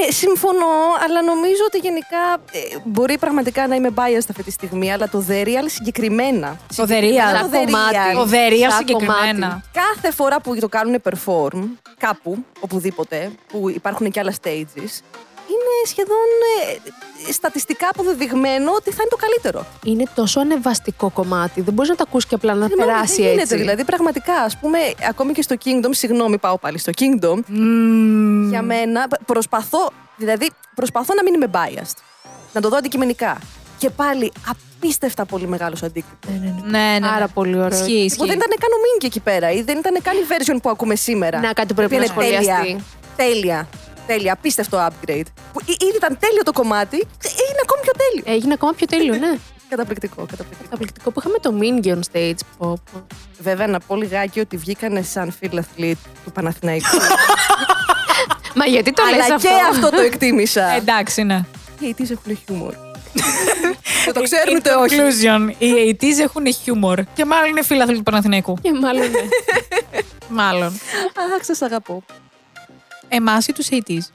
Speaker 1: Ε, συμφωνώ, αλλά νομίζω ότι γενικά ε, μπορεί πραγματικά να είμαι biased αυτή τη στιγμή, αλλά το The Real συγκεκριμένα.
Speaker 3: Το The Real.
Speaker 1: Το The Real.
Speaker 3: Ο Δερία
Speaker 2: Σαν
Speaker 3: συγκεκριμένα.
Speaker 1: Κάθε φορά που το κάνουν perform, κάπου, οπουδήποτε, που υπάρχουν και άλλα stages, είναι σχεδόν ε, στατιστικά αποδεδειγμένο ότι θα είναι το καλύτερο.
Speaker 2: Είναι τόσο ανεβαστικό κομμάτι. Δεν μπορείς να το ακούσει και απλά να
Speaker 1: Ναι, μάλλον
Speaker 2: περάσει
Speaker 1: δεν γίνεται,
Speaker 2: έτσι.
Speaker 1: Δηλαδή, πραγματικά, ας πούμε, ακόμη και στο Kingdom, συγγνώμη, πάω πάλι στο Kingdom. Για μένα, π- προσπαθώ, δηλαδή, προσπαθώ να μην είμαι biased. Να το δω αντικειμενικά. Και πάλι, απίστευτα πολύ μεγάλος αντίκτυπος.
Speaker 2: Ε,
Speaker 3: Ναι, ναι.
Speaker 2: Πάρα πολύ ωραίο.
Speaker 3: Ισχύει,
Speaker 1: Που δεν
Speaker 3: ισχύει.
Speaker 1: ήταν καν ο Μίνκι εκεί πέρα, ή δεν ήταν καν η version που ακούμε σήμερα.
Speaker 2: Να, κάτι πρέπει
Speaker 1: Που
Speaker 2: να
Speaker 1: είναι τέλεια.
Speaker 2: σχολιαστεί.
Speaker 1: Τέλεια. Τέλεια. Απίστευτο upgrade. Που ή- ήδη ήταν τέλειο το κομμάτι, είναι ακόμη πιο τέλειο.
Speaker 2: Έγινε ακόμα πιο τέλειο, ναι.
Speaker 1: Καταπληκτικό, καταπληκτικό.
Speaker 2: Καταπληκτικό που είχαμε το Minion Stage. Πω, πω.
Speaker 1: Βέβαια, να πω λιγάκι ότι βγήκανε σαν φιλαθλή του Παναθηναϊκού.
Speaker 2: Μα γιατί το λες
Speaker 1: Αλλά
Speaker 2: αυτό.
Speaker 1: και αυτό Ε, το εκτίμησα.
Speaker 3: Εντάξει, ναι.
Speaker 1: Οι ATs έχουν χιούμορ. Ε, Και το ξέρουν ούτε όχι.
Speaker 3: Conclusion. Οι 80s έχουν χιούμορ. Και μάλλον είναι φίλαθλοι του Παναθηναϊκού.
Speaker 2: Και μάλλον ναι.
Speaker 3: Μάλλον.
Speaker 1: Αχ, ε, σας αγαπώ.
Speaker 3: Εμάς ή τους 80s.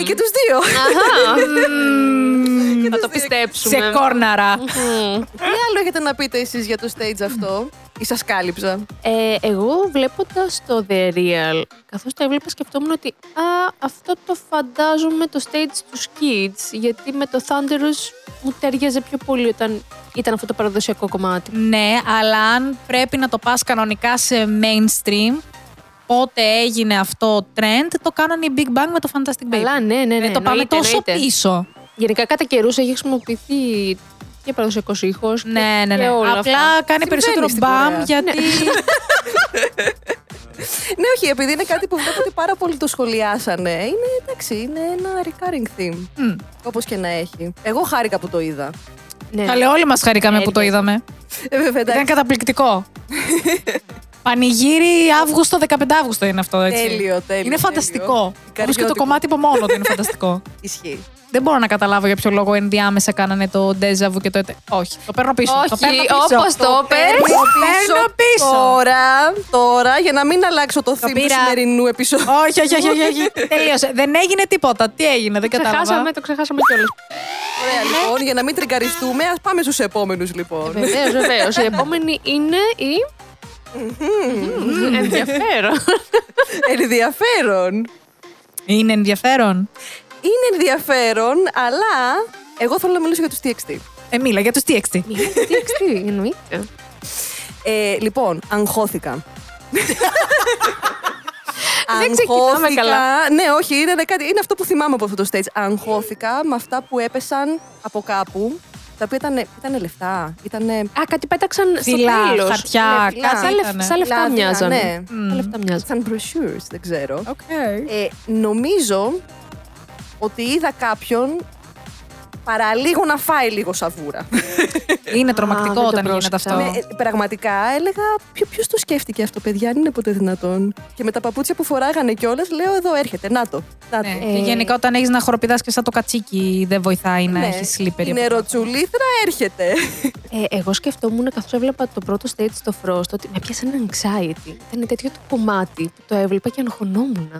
Speaker 1: Ε, Και τους δύο.
Speaker 2: Αχα, μμμ,
Speaker 1: Και
Speaker 2: Θα
Speaker 1: τους
Speaker 2: το
Speaker 1: δύο.
Speaker 2: πιστέψουμε.
Speaker 3: Σε κόρναρα.
Speaker 2: Μμμ.
Speaker 1: Τι άλλο έχετε να πείτε εσείς για το stage αυτό ή σας κάλυψα.
Speaker 2: Ε, εγώ βλέποντας το The Real, καθώς το έβλεπα, σκεφτόμουν ότι α, αυτό το φαντάζομαι το stage του Kids, γιατί με το Thunderous μου τέριαζε πιο πολύ όταν ήταν αυτό το παραδοσιακό κομμάτι.
Speaker 3: Ναι, αλλά αν πρέπει να το πας κανονικά σε mainstream, πότε έγινε αυτό trend, το κάνανε οι Big Bang με το Fantastic Baby.
Speaker 2: Καλά, ναι, ναι, ναι.
Speaker 3: Ε, το πάμε
Speaker 2: εννοείται,
Speaker 3: τόσο
Speaker 2: εννοείται.
Speaker 3: πίσω.
Speaker 2: Γενικά, κατά καιρούς έχει χρησιμοποιηθεί και παραδοσιακός ήχος.
Speaker 3: Ναι, ναι,
Speaker 2: Και
Speaker 3: ναι.
Speaker 2: όλα
Speaker 3: Απλά
Speaker 2: αυτά.
Speaker 3: κάνει περισσότερο
Speaker 1: στην
Speaker 3: μπαμ
Speaker 1: Κορέα.
Speaker 3: γιατί.
Speaker 1: Ναι, όχι, επειδή είναι κάτι που βλέπω ότι πάρα πολύ το σχολιάσανε. Είναι εντάξει, είναι ένα recurring theme.
Speaker 3: Μμ.
Speaker 1: Όπως και να έχει. Εγώ χάρηκα που το είδα.
Speaker 2: Ναι.
Speaker 3: Καλέ, όλοι μας χαρήκαμε που το
Speaker 2: Τέλεια.
Speaker 3: είδαμε.
Speaker 1: Ε, βέβαια,
Speaker 3: Ήταν
Speaker 1: εντάξει.
Speaker 3: καταπληκτικό. Πανηγύρι Αύγουστο, 15 Αύγουστο είναι αυτό, έτσι.
Speaker 1: Τέλειο, τέλειο.
Speaker 3: Είναι φανταστικό. Όπως και το
Speaker 1: Καριότικο.
Speaker 3: κομμάτι από μόνο του είναι φανταστικό.
Speaker 1: Ισχύει.
Speaker 3: Δεν μπορώ να καταλάβω για ποιο λόγο ενδιάμεσα κάνανε το Deja Vu και το ετε. Όχι, το παίρνω πίσω. το
Speaker 2: Όχι,
Speaker 3: παίρνω πίσω.
Speaker 2: όπως το
Speaker 1: Το
Speaker 2: πες.
Speaker 3: παίρνω πίσω.
Speaker 1: Τώρα, τώρα, για να μην αλλάξω το theme του
Speaker 3: πήρα.
Speaker 1: σημερινού επεισόδου.
Speaker 3: Όχι, όχι, όχι, όχι, όχι. Τελείωσε. Δεν έγινε τίποτα. Τι έγινε, δεν
Speaker 2: Το
Speaker 3: κατάλαβα.
Speaker 2: ξεχάσαμε, το ξεχάσαμε κιόλας.
Speaker 1: Ωραία,
Speaker 2: Ε,
Speaker 1: λοιπόν, για να μην τρικαριστούμε, ας πάμε στους επόμενους, λοιπόν.
Speaker 2: Βεβαίως, βεβαίως. Η επόμενη είναι η. Μμμ, Ενδιαφέρον.
Speaker 1: ενδιαφέρον.
Speaker 3: Είναι ενδιαφέρον.
Speaker 1: Είναι ενδιαφέρον, αλλά εγώ θέλω να μιλήσω για τους TXT.
Speaker 3: Ε, μίλα για του TXT.
Speaker 2: Μη- τι, τι, τι, εννοείται.
Speaker 1: Ε, λοιπόν, αγχώθηκα.
Speaker 2: Δεν ξεκινάμε καλά.
Speaker 1: Ναι, όχι, είναι, κάτι, είναι αυτό που θυμάμαι από αυτό το stage. Αγχώθηκα με αυτά που έπεσαν από κάπου. Τα οποία ήταν, ήτανε λεφτά, ήταν.
Speaker 2: Α, κάτι πέταξαν στο
Speaker 3: Φυλά,
Speaker 2: τέλος.
Speaker 3: χαρτιά,
Speaker 2: Ναι, φυλά.
Speaker 3: κάτι
Speaker 2: Σαν λεφ-
Speaker 3: ήτανε.
Speaker 2: Σαν λεφτά
Speaker 1: Λάδια,
Speaker 2: μοιάζαν.
Speaker 1: ναι.
Speaker 2: Σαν λεφτά μοιάζαν.
Speaker 1: σαν brochures, δεν ξέρω.
Speaker 3: Οκ.
Speaker 1: Ε, νομίζω ότι είδα κάποιον παραλίγο να φάει λίγο σαβούρα.
Speaker 3: Είναι
Speaker 2: δεν
Speaker 3: τρομακτικό
Speaker 2: το
Speaker 3: όταν γίνεται
Speaker 2: πρόσεξα.
Speaker 3: αυτό.
Speaker 1: Ναι, ε, πραγματικά έλεγα ποιο το σκέφτηκε αυτό, παιδιά, αν είναι ποτέ δυνατόν. Και με τα παπούτσια που φοράγανε κιόλας, λέω εδώ έρχεται, να το. Να το.
Speaker 3: Ναι.
Speaker 1: Ναι.
Speaker 3: Και γενικά όταν έχεις να χοροπηδάς και σαν το κατσίκι δεν βοηθάει να
Speaker 1: Ναι.
Speaker 3: έχεις λίπερη.
Speaker 1: Η νεροτσουλήθρα έρχεται.
Speaker 2: Ε, εγώ σκεφτόμουν καθώς έβλεπα το πρώτο stage στο Frost ότι με πιάσε ένα anxiety. Ήταν τέτοιο το κομμάτι που το έβλεπα και αγχωνόμουν.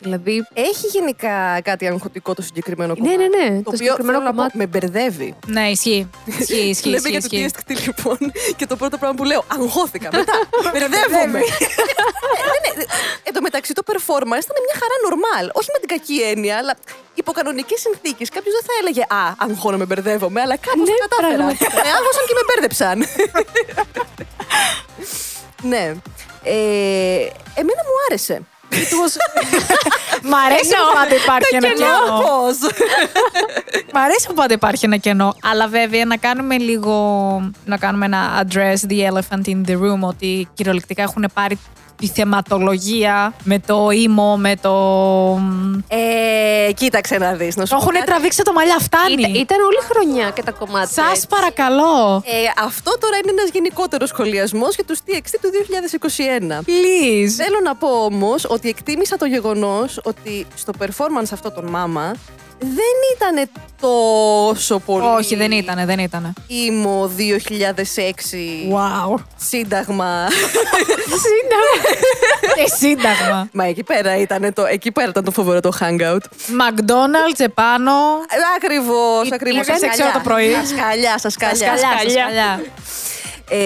Speaker 2: Δηλαδή.
Speaker 1: Έχει γενικά κάτι αγχωτικό το συγκεκριμένο
Speaker 2: Ναι,
Speaker 1: κομμάτι.
Speaker 2: ναι, ναι.
Speaker 1: Το,
Speaker 2: Το,
Speaker 1: οποίο
Speaker 2: συγκεκριμένο
Speaker 1: θέλω να πω,
Speaker 2: κομμάτι.
Speaker 1: με μπερδεύει.
Speaker 3: Ναι, ισχύει. Ισχύει, ισχύει.
Speaker 1: Λέμε
Speaker 3: ισχύει,
Speaker 1: για το τι
Speaker 3: ισχύει.
Speaker 1: αισθητή λοιπόν. Και το πρώτο πράγμα που λέω, αγχώθηκα. Μετά, μπερδεύομαι. Ε, ναι, ναι. Εν τω μεταξύ, το performance ήταν μια χαρά normal. Όχι με την κακή έννοια, αλλά υπό κανονικές συνθήκες κάποιος δεν θα έλεγε Α, αγχώνομαι, μπερδεύομαι, αλλά κάπως
Speaker 2: Ναι,
Speaker 1: το κατάφερα.
Speaker 2: πραγματικά.
Speaker 1: Με άγχωσαν και με μπέρδεψαν. ναι. Ε, εμένα μου άρεσε. Ε,
Speaker 3: Μ' αρέσει που πάντα υπάρχει ένα κενό.
Speaker 1: ναι. Πώς.
Speaker 3: Μ' αρέσει που πάντα υπάρχει ένα κενό. Αλλά βέβαια να κάνουμε λίγο. να κάνουμε ένα address the elephant in the room. Ότι κυριολεκτικά έχουν πάρει τη θεματολογία με το ήμο, με το.
Speaker 1: Ε, κοίταξε να δεις. Να σου
Speaker 3: Το
Speaker 1: πω
Speaker 3: έχουν
Speaker 1: κάτι.
Speaker 3: τραβήξει από τα μαλλιά,
Speaker 2: Ήταν,
Speaker 3: φτάνει.
Speaker 2: ήταν όλη χρονιά και τα κομμάτια.
Speaker 3: Σας
Speaker 2: έτσι.
Speaker 3: παρακαλώ.
Speaker 1: Ε, αυτό τώρα είναι ένας γενικότερος σχολιασμός για τους TXT του 2021.
Speaker 3: Please.
Speaker 1: Θέλω να πω όμως ότι εκτίμησα το γεγονός ότι στο performance αυτό των μάμα δεν ήταν τόσο πολύ.
Speaker 3: Όχι, δεν ήτανε, δεν ήτανε.
Speaker 1: Ήμο 2006
Speaker 3: Wow.
Speaker 1: σύνταγμα.
Speaker 2: Σύνταγμα.
Speaker 3: Και Ε, σύνταγμα.
Speaker 1: Μα εκεί πέρα ήταν το, εκεί πέρα ήταν το φοβερό το hangout.
Speaker 3: McDonald's επάνω.
Speaker 1: Ακριβώς, ακριβώ.
Speaker 3: ήταν έξι ώρα το πρωί.
Speaker 1: Σας σκαλιά, σα σκαλιά.
Speaker 3: Σκαλιά, σκαλιά.
Speaker 1: Ε,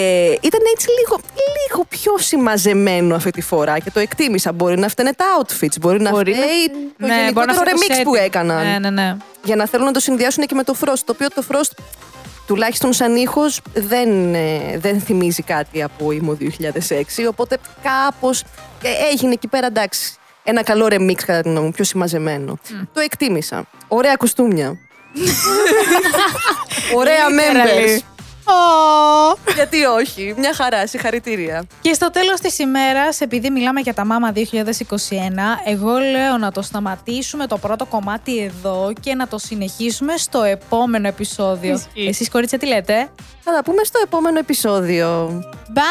Speaker 1: ήταν έτσι λίγο, λίγο πιο συμμαζεμένο αυτή τη φορά και το εκτίμησα. Μπορεί να φταίνε τα outfits, μπορεί να
Speaker 2: Μπορεί να-
Speaker 1: φταίει το γενικότερο
Speaker 3: ναι, φταίει το
Speaker 1: remix
Speaker 3: setting.
Speaker 1: που έκαναν.
Speaker 3: Ναι, ναι, ναι.
Speaker 1: Για να θέλουν να το συνδυάσουν και με το Frost, το οποίο το Frost τουλάχιστον σαν ήχος δεν, ε, δεν θυμίζει κάτι από ήμο 2006, οπότε κάπως ε, έγινε εκεί πέρα εντάξει. Ένα καλό remix κατά την γνώμη μου, πιο συμμαζεμένο. Το εκτίμησα. Ωραία κοστούμια. Ωραία members.
Speaker 3: Literally. Ω.
Speaker 1: Γιατί όχι, μια χαρά, συγχαρητήρια.
Speaker 3: Και στο τέλος της ημέρας, επειδή μιλάμε για τα Μάμα 2021, εγώ λέω να το σταματήσουμε το πρώτο κομμάτι εδώ και να το συνεχίσουμε στο επόμενο επεισόδιο.
Speaker 2: Ισχύει.
Speaker 3: Εσείς κορίτσια τι λέτε?
Speaker 1: Θα τα πούμε στο επόμενο επεισόδιο.
Speaker 3: Bye!